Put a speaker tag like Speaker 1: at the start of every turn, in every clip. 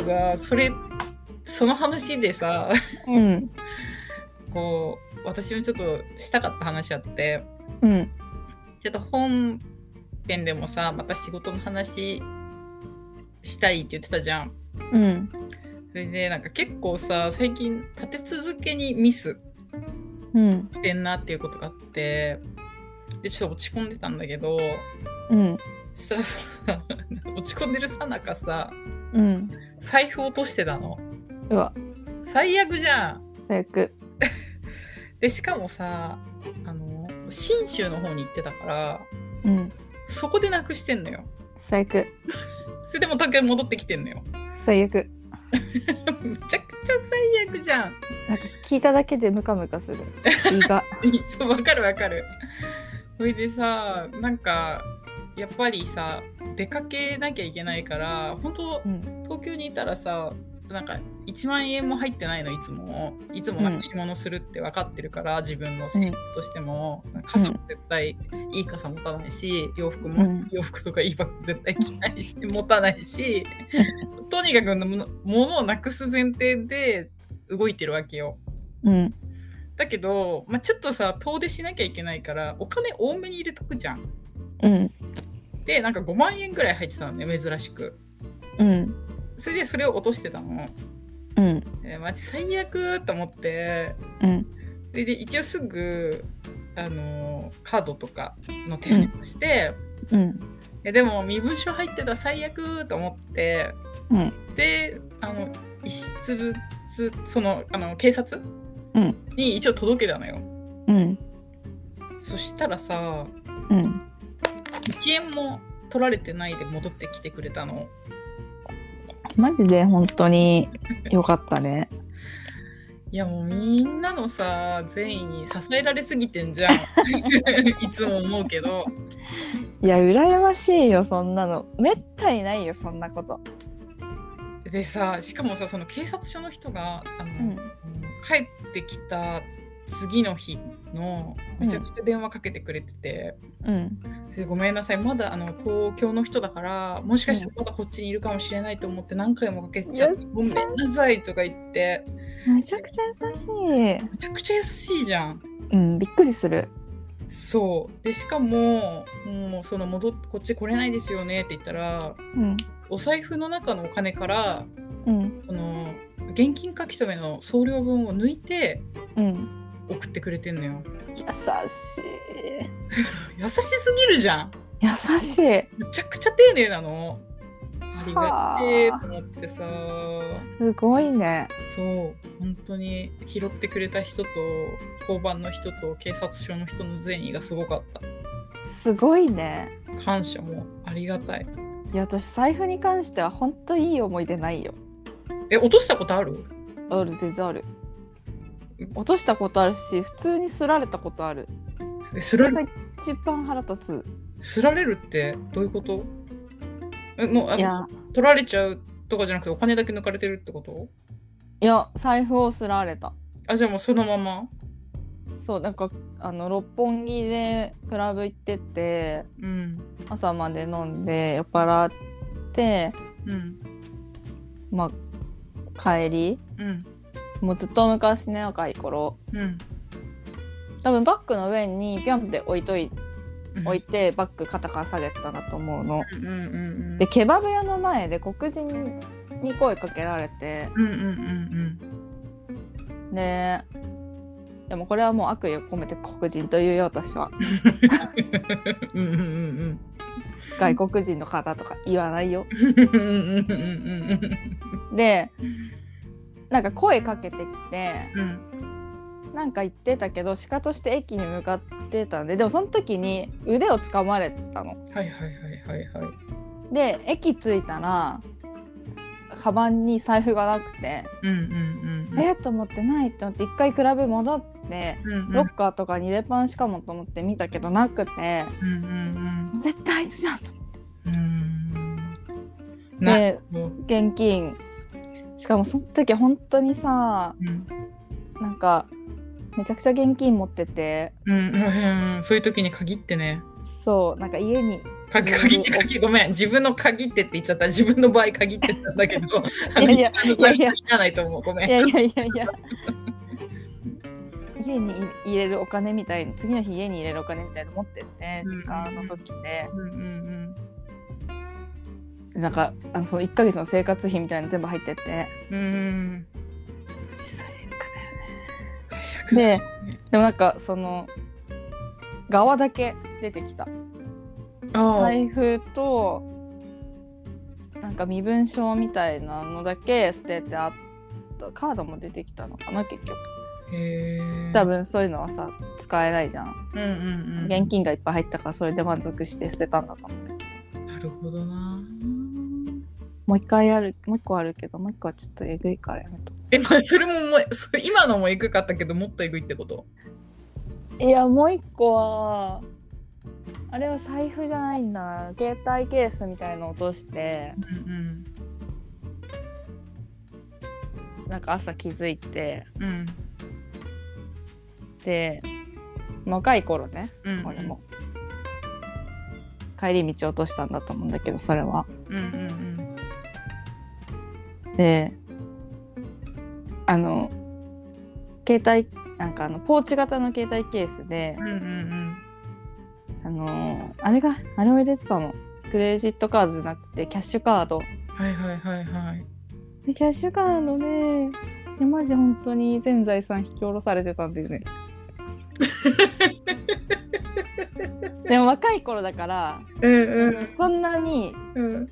Speaker 1: さそれその話でさ
Speaker 2: うん
Speaker 1: こう私もちょっとしたかった話あって
Speaker 2: うん
Speaker 1: ちょっと本編でもさまた仕事の話したいって言ってたじゃん。
Speaker 2: うん
Speaker 1: それでなんか結構さ最近立て続けにミス
Speaker 2: うん
Speaker 1: してんなっていうことがあってでちょっと落ち込んでたんだけど
Speaker 2: うん
Speaker 1: そしたらさ 落ち込んでるさなかさ
Speaker 2: うん
Speaker 1: 財布落としてたの
Speaker 2: うわ
Speaker 1: 最悪じゃん
Speaker 2: 最悪
Speaker 1: でしかもさあの信州の方に行ってたから
Speaker 2: うん
Speaker 1: そこでなくしてんのよ
Speaker 2: 最悪
Speaker 1: それでもう東京に戻ってきてんのよ
Speaker 2: 最悪
Speaker 1: むちゃくちゃ最悪じゃん
Speaker 2: なんか聞いただけでムカムカする胃が
Speaker 1: そうわかるわかるそれでさなんかやっぱりさ出かけなきゃいけないから本当
Speaker 2: うん
Speaker 1: 東京にいたらさなんか1万円も入ってないのいつもいつもなんか買い物するって分かってるから、自分の生活としても、傘も絶対いい傘持たないし洋服も、
Speaker 2: うん
Speaker 1: 洋服とかいいバッグ絶対着ないし持たない しとにかくもの物をなくす前提で動いてるわけよ
Speaker 2: うん
Speaker 1: だけど、まあ、ちょっとさ遠出しなきゃいけないからお金多めに入れとくじゃん
Speaker 2: うん
Speaker 1: でなんか5万円ぐらい入ってたのね珍しく
Speaker 2: うん
Speaker 1: それでそれを落としてたの
Speaker 2: うん
Speaker 1: えーマジ最悪と思って
Speaker 2: うん
Speaker 1: それで一応すぐ、あのーカードとかの手配をして、
Speaker 2: うん
Speaker 1: いやでも身分証入ってた最悪と思って、
Speaker 2: うん
Speaker 1: であの遺失物そのあの警察、
Speaker 2: うん
Speaker 1: に一応届けたのよ
Speaker 2: うん
Speaker 1: そしたらさ
Speaker 2: うん
Speaker 1: 1円も取られてないで戻ってきてくれたの
Speaker 2: マジで本当に良かったね
Speaker 1: いやもうみんなのさ善意に支えられすぎてんじ ゃんいつも思うけど
Speaker 2: いや羨ましいよそんなのめったにないよそんなこと
Speaker 1: でさしかもさその警察署の人があの、
Speaker 2: ん
Speaker 1: 帰ってきた次の日のめちゃくちゃ電話かけてくれてて
Speaker 2: うん
Speaker 1: 「それごめんなさいまだあの東京の人だからもしかしたらまだこっちにいるかもしれないと思って何回もかけちゃって、
Speaker 2: 優しい
Speaker 1: ごめんなさい」とか言って
Speaker 2: めちゃくちゃ優しい
Speaker 1: めちゃくちゃ優しいじゃん。
Speaker 2: うんびっくりする
Speaker 1: そうでしかももうその戻っこっち来れないですよねって言ったら
Speaker 2: うん
Speaker 1: お財布の中のお金から
Speaker 2: うん
Speaker 1: その現金書き留めの送料分を抜いて
Speaker 2: うん
Speaker 1: 送ってくれてんのよ
Speaker 2: 優しい
Speaker 1: 優しすぎるじゃん
Speaker 2: 優しい
Speaker 1: むちゃくちゃ丁寧なのありが
Speaker 2: はあ
Speaker 1: てえと思ってさ
Speaker 2: すごいね
Speaker 1: そう本当に拾ってくれた人と交番の人と警察署の人の善意がすごかった
Speaker 2: すごいね
Speaker 1: 感謝もありがたい
Speaker 2: いや私財布に関しては本当いい思い出ないよ
Speaker 1: え落としたことある
Speaker 2: ある全然ある落としたことあるし普通にすられたことある
Speaker 1: えすら
Speaker 2: そ
Speaker 1: れ
Speaker 2: れが一番腹立つ
Speaker 1: すられるってどういうことえもうあ
Speaker 2: いや
Speaker 1: 取られちゃうとかじゃなくてお金だけ抜かれてるってこと
Speaker 2: いや財布をすられた
Speaker 1: あじゃあもうそのまま
Speaker 2: そうなんかあの六本木でクラブ行ってて
Speaker 1: うん
Speaker 2: 朝まで飲んで酔っ払って
Speaker 1: うん
Speaker 2: まあ帰り
Speaker 1: うん
Speaker 2: もうずっと昔ね若い頃
Speaker 1: うん
Speaker 2: 多分バッグの上にピョンって置いとい置いてバッグ肩から下げてたなと思うの。
Speaker 1: うんうんうんうん
Speaker 2: でケバブ屋の前で黒人に声かけられて
Speaker 1: うんうんうん
Speaker 2: ででもこれはもう悪意を込めて黒人というよ私は
Speaker 1: うんうんうん
Speaker 2: 外国人の方とか言わないよ。
Speaker 1: うんうんうんうん
Speaker 2: でなんか声かけてきて
Speaker 1: うん
Speaker 2: なんか言ってたけど鹿として駅に向かってたんででもその時に腕を掴まれてたの。
Speaker 1: はいはいはいはいはい
Speaker 2: で駅着いたらカバンに財布がなくて、
Speaker 1: うんうんうん
Speaker 2: えっと思ってないって思って一回クラブ戻って
Speaker 1: うんうん
Speaker 2: ロッカーとかに入れパンしかもと思って見たけどなくて
Speaker 1: うんうん
Speaker 2: 絶対あいつじゃんと思
Speaker 1: うんうんなる
Speaker 2: って
Speaker 1: ほど
Speaker 2: 現金しかもその時本当にさ
Speaker 1: うん
Speaker 2: なんかめちゃくちゃ現金持ってて
Speaker 1: うんうんそういう時に限ってね
Speaker 2: そうなんか家に
Speaker 1: 鍵鍵って鍵ごめん自分の鍵ってって言っちゃった自分の場合鍵って言ったんだけどあの
Speaker 2: いやいや
Speaker 1: 一番の鍵
Speaker 2: いやいや
Speaker 1: いらないと思うごめ
Speaker 2: い
Speaker 1: ん
Speaker 2: やいやいやいや家に入れるお金みたいな次の日家に入れるお金みたいなの持ってって
Speaker 1: うん
Speaker 2: 実家の時で、
Speaker 1: うんうん
Speaker 2: なんかあのその1ヶ月の生活費みたいなの全部入ってって
Speaker 1: うんうん
Speaker 2: 最悪だよね
Speaker 1: 最悪
Speaker 2: ででもなんかその側だけ出てきた
Speaker 1: ああ
Speaker 2: 財布となんか身分証みたいなのだけ捨ててあったカードも出てきたのかな結局
Speaker 1: へえ
Speaker 2: 多分そういうのはさ使えないじゃん
Speaker 1: うんうんうん
Speaker 2: 現金がいっぱい入ったからそれで満足して捨てたんだと思うんだけど
Speaker 1: なるほどな
Speaker 2: もう一回あるもう一個あるけどもう一個はちょっとえぐいからやめと
Speaker 1: えまあそれももうそう今のもエグかったけどもっとエグいってこと
Speaker 2: いやもう一個はあれは財布じゃないんだ携帯ケースみたいの落として
Speaker 1: うん
Speaker 2: なんか朝気づいて
Speaker 1: うんうん
Speaker 2: で若い頃ね
Speaker 1: うん
Speaker 2: 俺も帰り道落としたんだと思うんだけどそれは
Speaker 1: うんうんうん
Speaker 2: であの携帯なんかあのポーチ型の携帯ケースで
Speaker 1: うんうん
Speaker 2: あのあれがあれを入れてたのクレジットカードじゃなくてキャッシュカー
Speaker 1: う
Speaker 2: ド
Speaker 1: んはいはいはいはい
Speaker 2: でキャッシュカードでいやマジ本当に全財産引き下ろされてたんだ よねでも若い頃だから
Speaker 1: うんうん
Speaker 2: そんなに
Speaker 1: うん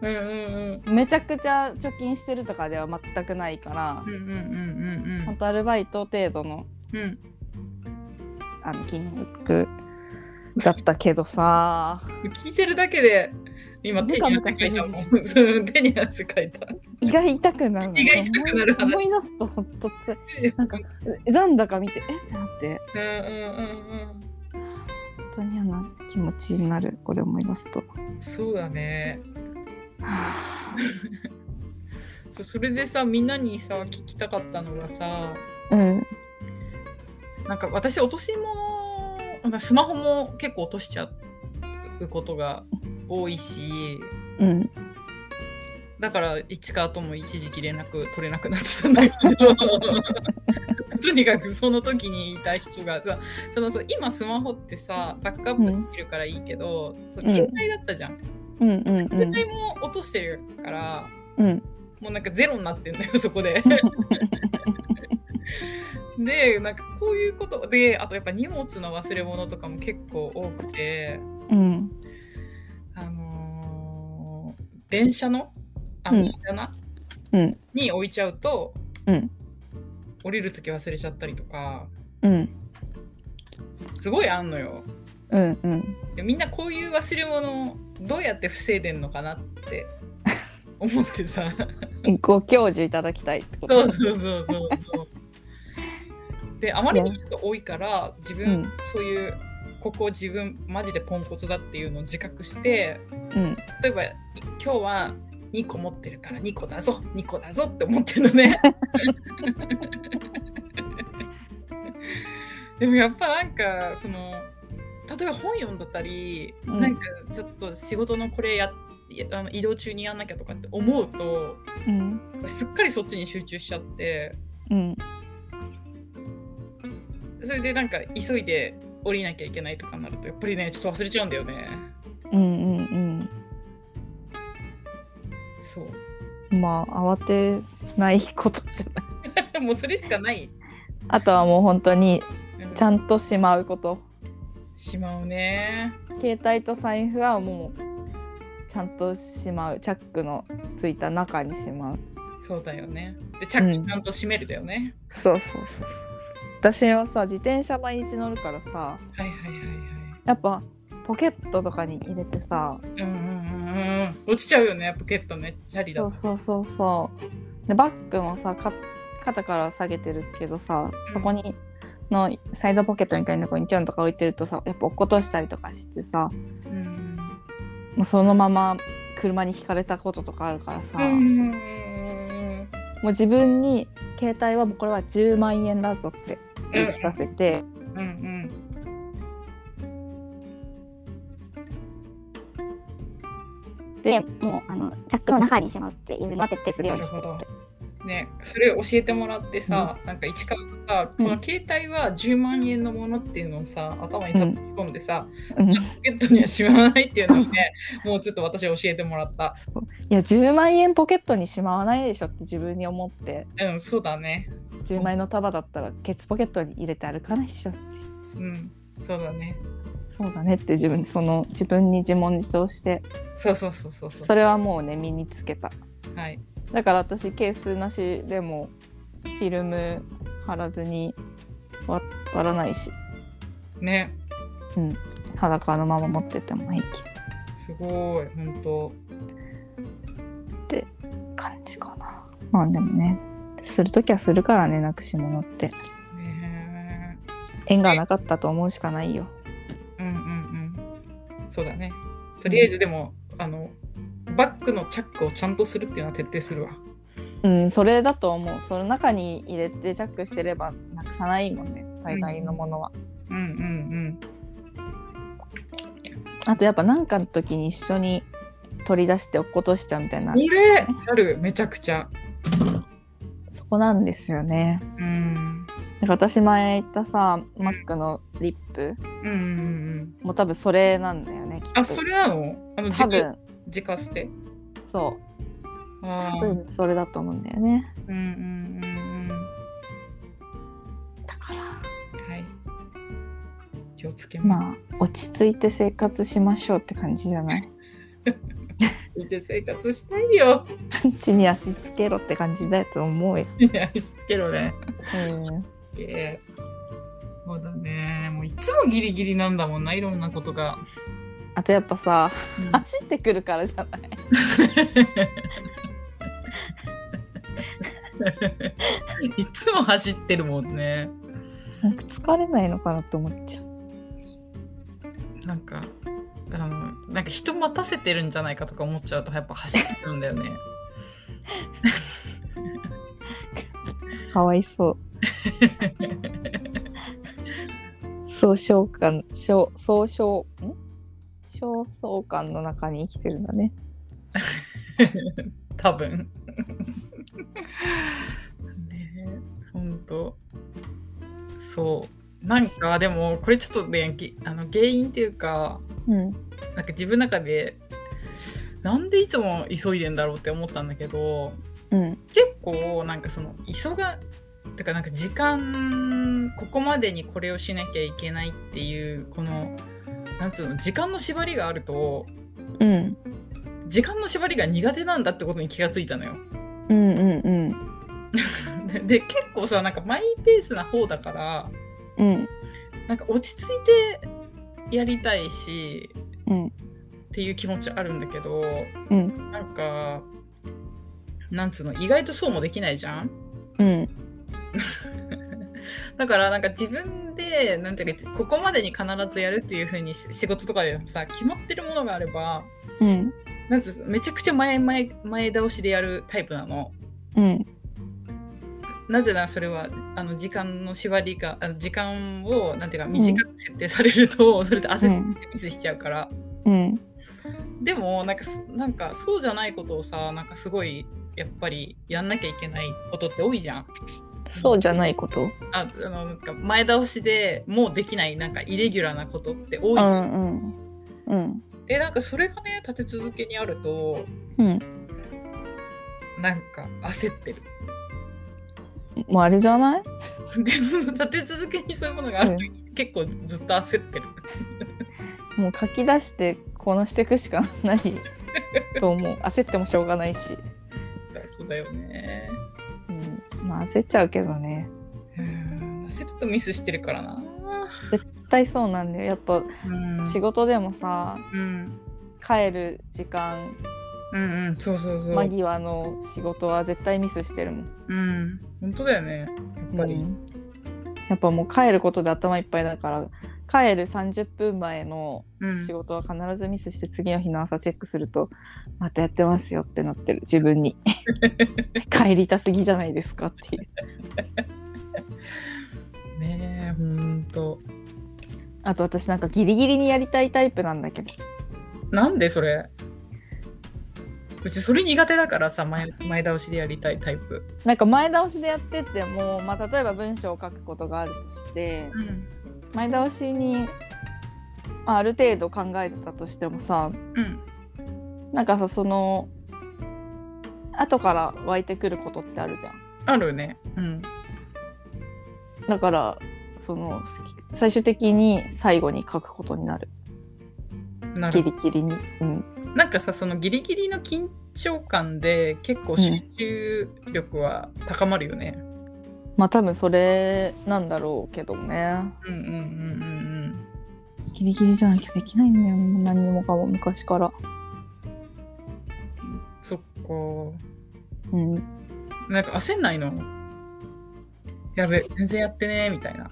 Speaker 1: うんうん
Speaker 2: めちゃくちゃ貯金してるとかでは全くないから
Speaker 1: うんうんうんうん
Speaker 2: 本当アルバイト程度の
Speaker 1: うんうん
Speaker 2: あの金額だったけどさ
Speaker 1: 聞いてるだけで今手に汗かいたも
Speaker 2: ム
Speaker 1: ん
Speaker 2: カ
Speaker 1: そう手に汗かいた
Speaker 2: 胃が痛くなるの
Speaker 1: 胃が痛くなる話
Speaker 2: 思い思い出すとほんとつなんか残高見てえってなって
Speaker 1: うんうんうん
Speaker 2: 本当に嫌な気持ちになるこれ思い出すと。
Speaker 1: うんそうだね
Speaker 2: は
Speaker 1: そそれでさみんなにさ聞きたかったのがさ
Speaker 2: あうん、
Speaker 1: なんか私落とし物なんかスマホも結構落としちゃうことが多いし
Speaker 2: うん、
Speaker 1: だから市川とも一時期連絡取れなくなってたんだけどとにかくその時にいた人がさそのさ今スマホってさバックアップできるからいいけど、そう
Speaker 2: うん
Speaker 1: 携帯だったじゃん、
Speaker 2: うん、うん、う
Speaker 1: 携
Speaker 2: ん、
Speaker 1: 帯も落としてるから
Speaker 2: うん、
Speaker 1: もうなんかゼロになってんだよ そこ で。でなんかこういうことであとやっぱ荷物の忘れ物とかも結構多くて。
Speaker 2: うん、
Speaker 1: あのー電車の
Speaker 2: うん
Speaker 1: 網棚、
Speaker 2: うん
Speaker 1: に置いちゃうと、
Speaker 2: うん
Speaker 1: 降りる時忘れちゃったりとか
Speaker 2: うん、
Speaker 1: すごいあんのよ
Speaker 2: うん、うん、
Speaker 1: でみんなこういう忘れ物をどうやって防いでんのかなって思ってさ
Speaker 2: ご教授いただきたいってこと。
Speaker 1: そうそうそうそうそうであまりにもちょっと多いから自分、
Speaker 2: うん
Speaker 1: そういうここ自分マジでポンコツだっていうのを自覚して
Speaker 2: うん、
Speaker 1: 例えばい今日は2個持ってるから2個だぞ2個だぞって思ってるの ねでもやっぱなんかその例えば本読んだったり、
Speaker 2: うん
Speaker 1: なんかちょっと仕事のこれややあの移動中にやんなきゃとかって思うと
Speaker 2: うん、
Speaker 1: すっかりそっちに集中しちゃって
Speaker 2: うん、
Speaker 1: それでなんか急いで降りなきゃいけないとかになるとやっぱりねちょっと忘れちゃうんだよね
Speaker 2: うん、うん、
Speaker 1: そう
Speaker 2: うん。まあ、慌てないことじゃない。
Speaker 1: もうそれしかない、
Speaker 2: あとはもう本当に、
Speaker 1: うん
Speaker 2: ちゃんとしまうこと。
Speaker 1: しまうね
Speaker 2: 携帯と財布はもう。ちゃんとしまう、チャックのついた中にしまう。
Speaker 1: そうだよね。で、チャッ
Speaker 2: うん
Speaker 1: クちゃんと閉めるだよね。
Speaker 2: そうそうそうそう。私はさ、自転車毎日乗るからさ、
Speaker 1: はいはいはい
Speaker 2: やっぱ。ポケットとかに入れてさ、
Speaker 1: はい。うんうんうんうん。落ちちゃうよね、ポケットね。チャリだ
Speaker 2: そ
Speaker 1: と
Speaker 2: う。そうそうそうでバッグもさか肩から下げてるけどさそこにのサイドポケットみたいなとこにちょんとか置いてるとさやっぱ落っことしたりとかしてさ
Speaker 1: うん
Speaker 2: もうそのまま車にひかれたこととかあるからさ、
Speaker 1: うんうん
Speaker 2: も
Speaker 1: うんうん
Speaker 2: う自分に携帯はもうこれは10万円だぞって言い聞かせて、
Speaker 1: うんうんうん。
Speaker 3: でもうあのジャックの中にしまうっていうのは徹底するよう
Speaker 1: な
Speaker 3: に
Speaker 1: る
Speaker 3: して
Speaker 1: ほど。ね、それ教えてもらってさ、なんか市川がさ、
Speaker 3: うん
Speaker 1: この携帯は10万円のものっていうのをさ頭に突っ込んでさ、
Speaker 2: うん
Speaker 1: ポケットにはしまわないっていうのをね
Speaker 3: そう
Speaker 1: もうちょっと私教えてもらった
Speaker 2: そういや10万円ポケットにしまわないでしょって自分に思って
Speaker 1: うんそうだね
Speaker 2: 10万円の束だったらケツポケットに入れて歩かないでしょって
Speaker 1: うんそうだね
Speaker 2: そうだねって自分その自分に自問自答して
Speaker 1: そうそうそうそうそ
Speaker 2: それはもうね身につけた
Speaker 1: うはい
Speaker 2: だから私ケースなしでもフィルム貼らずに割割らないし
Speaker 1: ね
Speaker 2: 裸のまま持ってても平気
Speaker 1: すごい本当
Speaker 2: 感じかなまあでもねするときはするからねなくし物って
Speaker 1: ね
Speaker 2: 縁がなかったと思うしかないよ
Speaker 1: うんうんうんそうだねとりあえずでも、あのバッグのチャックをちゃんとするっていうのは徹底するわ
Speaker 2: うんそれだと思うその中に入れてジャックしてればなくさないもんね大概のものは、
Speaker 1: うんうんうん
Speaker 2: あとやっぱ何かの時に一緒に取り出して落っことしちゃうみたいな
Speaker 1: これあるめちゃくちゃ
Speaker 2: そこなんですよね
Speaker 1: うん
Speaker 2: なんか私前言ったさマックのリップ
Speaker 1: うんうんうん
Speaker 2: もう多分それなんだよねきっと
Speaker 1: あそれなのあの
Speaker 2: 多
Speaker 1: 自家
Speaker 2: 分
Speaker 1: 自家捨て
Speaker 2: そう
Speaker 1: あ
Speaker 2: 多
Speaker 1: ー
Speaker 2: 分それだと思うんだよね
Speaker 1: うんうんうんうん
Speaker 2: だから
Speaker 1: はい。気をつけます。
Speaker 2: まあ落ち着いて生活しましょうって感じじゃない
Speaker 1: 見て生活したいよ。
Speaker 2: 地に足つけろって感じだと思うよ、
Speaker 1: いや、しつけろね。
Speaker 2: うん、
Speaker 1: えーそうだね。もういつもギリギリなんだもんな、いろんなことが。
Speaker 2: あとやっぱさ
Speaker 1: うん
Speaker 2: 走ってくるからじゃない
Speaker 1: いつも走ってるもんね。
Speaker 2: なんか疲れないのかなって思っちゃう
Speaker 1: なんか、あの、なんか人待たせてるんじゃないかとか思っちゃうと、やっぱ走ってるんだよね。
Speaker 2: かわいそう総召喚総総召ん焦燥感の中に生きてるんだね
Speaker 1: 多分。 ねえ、ほんと。そう。なんかでもこれちょっとねぎあの原因っていうか
Speaker 2: うん
Speaker 1: なんか自分の中でなんでいつも急いでんだろうって思ったんだけど
Speaker 2: うん
Speaker 1: 結構なんかその急がてかなんか時間ここまでにこれをしなきゃいけないっていうこのなんつうの時間の縛りがあると
Speaker 2: うん
Speaker 1: 時間の縛りが苦手なんだってことに気がついたのよ。
Speaker 2: うんうん
Speaker 1: でで結構さなんかマイペースな方だから
Speaker 2: うんうん
Speaker 1: なんか落ち着いてやりたいし
Speaker 2: うん
Speaker 1: っていう気持ちあるんだけど、
Speaker 2: うん
Speaker 1: なんかなんつうの意外とそうもできないじゃん
Speaker 2: うん
Speaker 1: だからなんか自分でなんていうかここまでに必ずやるっていう風にし仕事とかでもさ決まってるものがあれば
Speaker 2: うん
Speaker 1: なんつうのめちゃくちゃ前前前倒しでやるタイプなの。
Speaker 2: うん
Speaker 1: なぜならそれはあの時間の縛りがあの時間をなんていうか短く設定されると、それで焦ってミスしちゃうから、
Speaker 2: うん
Speaker 1: でもなんかすなんかそうじゃないことをさなんかすごいやっぱりやんなきゃいけないことって多いじゃん。
Speaker 2: そうじゃないこと
Speaker 1: ああのなんか前倒しでもうできないなんかイレギュラーなことって多いうじゃん。
Speaker 2: んうんうん
Speaker 1: でなんかそれがね立て続けにあると
Speaker 2: うん
Speaker 1: なんか焦ってる。
Speaker 2: もうあれじゃない
Speaker 1: でその立て続けにそういうものがあると、結構ずっと焦ってる。
Speaker 2: もう書き出してこなしていくしかないと思う焦ってもしょうがないし、
Speaker 1: そうだよね。
Speaker 2: うん、まあ焦っちゃうけどね
Speaker 1: うん焦るとミスしてるからな。
Speaker 2: 絶対そうなんだよやっぱ
Speaker 1: うん
Speaker 2: 仕事でもさ
Speaker 1: うん、
Speaker 2: 帰る時間
Speaker 1: うんうんそうそうそう。
Speaker 2: 間際の仕事は絶対ミスしてるもん、
Speaker 1: うん本当だよねやっぱり。
Speaker 2: うんやっぱもう帰ることで頭いっぱいだから帰る30分前の
Speaker 1: うん
Speaker 2: 仕事は必ずミスして次の日の朝チェックするとまたやってますよってなってる 自分に帰りたすぎじゃないですかっていう
Speaker 1: ねえ本当。
Speaker 2: あと私なんかギリギリにやりたいタイプなんだけど
Speaker 1: なんでそれ。うちそれ苦手だからさ前前倒しでやりたいタイプ、
Speaker 2: なんか前倒しでやってっても、まあ、例えば文章を書くことがあるとして
Speaker 1: うん
Speaker 2: 前倒しに、まあ、ある程度考えてたとしてもさ
Speaker 1: うん、
Speaker 2: なんかさその後から湧いてくることってあるじゃん。
Speaker 1: あるねうん
Speaker 2: だからその好き最終的に最後に書くことになる
Speaker 1: な
Speaker 2: ギ
Speaker 1: る
Speaker 2: リギリに。うん、
Speaker 1: なんかさそのギリギリの緊張感で結構集中力は高まるよね、
Speaker 2: まあ多分それなんだろうけどね。
Speaker 1: うん、うんうんうん
Speaker 2: ギリギリじゃなきゃできないんだよもう何もかも昔から。
Speaker 1: うんそっか
Speaker 2: うん、
Speaker 1: なんか焦んないのやべ全然やってねーみたいな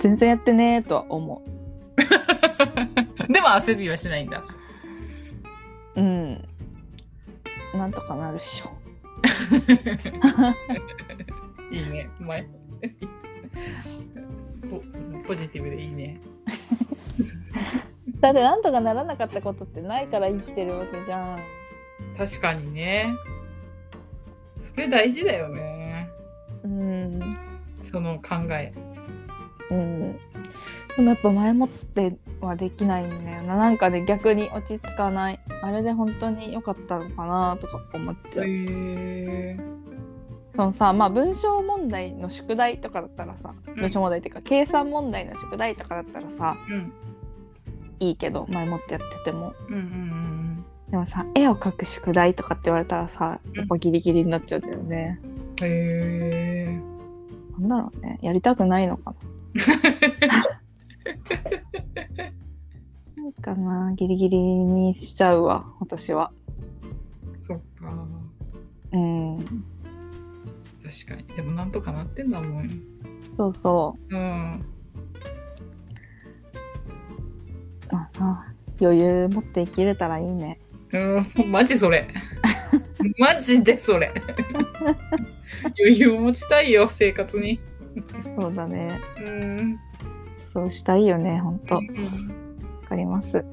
Speaker 2: 全然やってねーとは思
Speaker 1: でも焦りはしないんだ
Speaker 2: う。うん。なんとかなるっしょ。
Speaker 1: いいね、う まい。ポポジティブでいいね。
Speaker 2: だってなんとかならなかったことってないから生きてるわけじゃん。
Speaker 1: 確かにね。それ大事だよね。
Speaker 2: うん。
Speaker 1: その考え。
Speaker 2: うん。でもやっぱ前もってはできないんだよな。なんかね逆に落ち着かない。あれで本当に良かったのかなとか思っちゃう。
Speaker 1: え
Speaker 2: そのさまあ文章問題の宿題とかだったらさ
Speaker 1: ん
Speaker 2: 文章問題っていうか、計算問題の宿題とかだったらさ
Speaker 1: うん
Speaker 2: いいけど前もってやってても。
Speaker 1: うんうんうん
Speaker 2: でもさ絵を描く宿題とかって言われたらさやっぱギリギリになっちゃうんだよね。
Speaker 1: うん。へえ。
Speaker 2: なんだろうねやりたくないのかな。なんかなギリギリにしちゃうわ私は。
Speaker 1: そっか。
Speaker 2: うん
Speaker 1: 確かに。でもなんとかなってんだもん。
Speaker 2: そうそ
Speaker 1: うん。
Speaker 2: うまあさ余裕持って生きれたらいいね。
Speaker 1: うん、マジそれ。マジでそれ。余裕を持ちたいよ、生活に。
Speaker 2: そうだね
Speaker 1: うん。
Speaker 2: そうしたいよねほんとわ
Speaker 1: うん
Speaker 2: かります。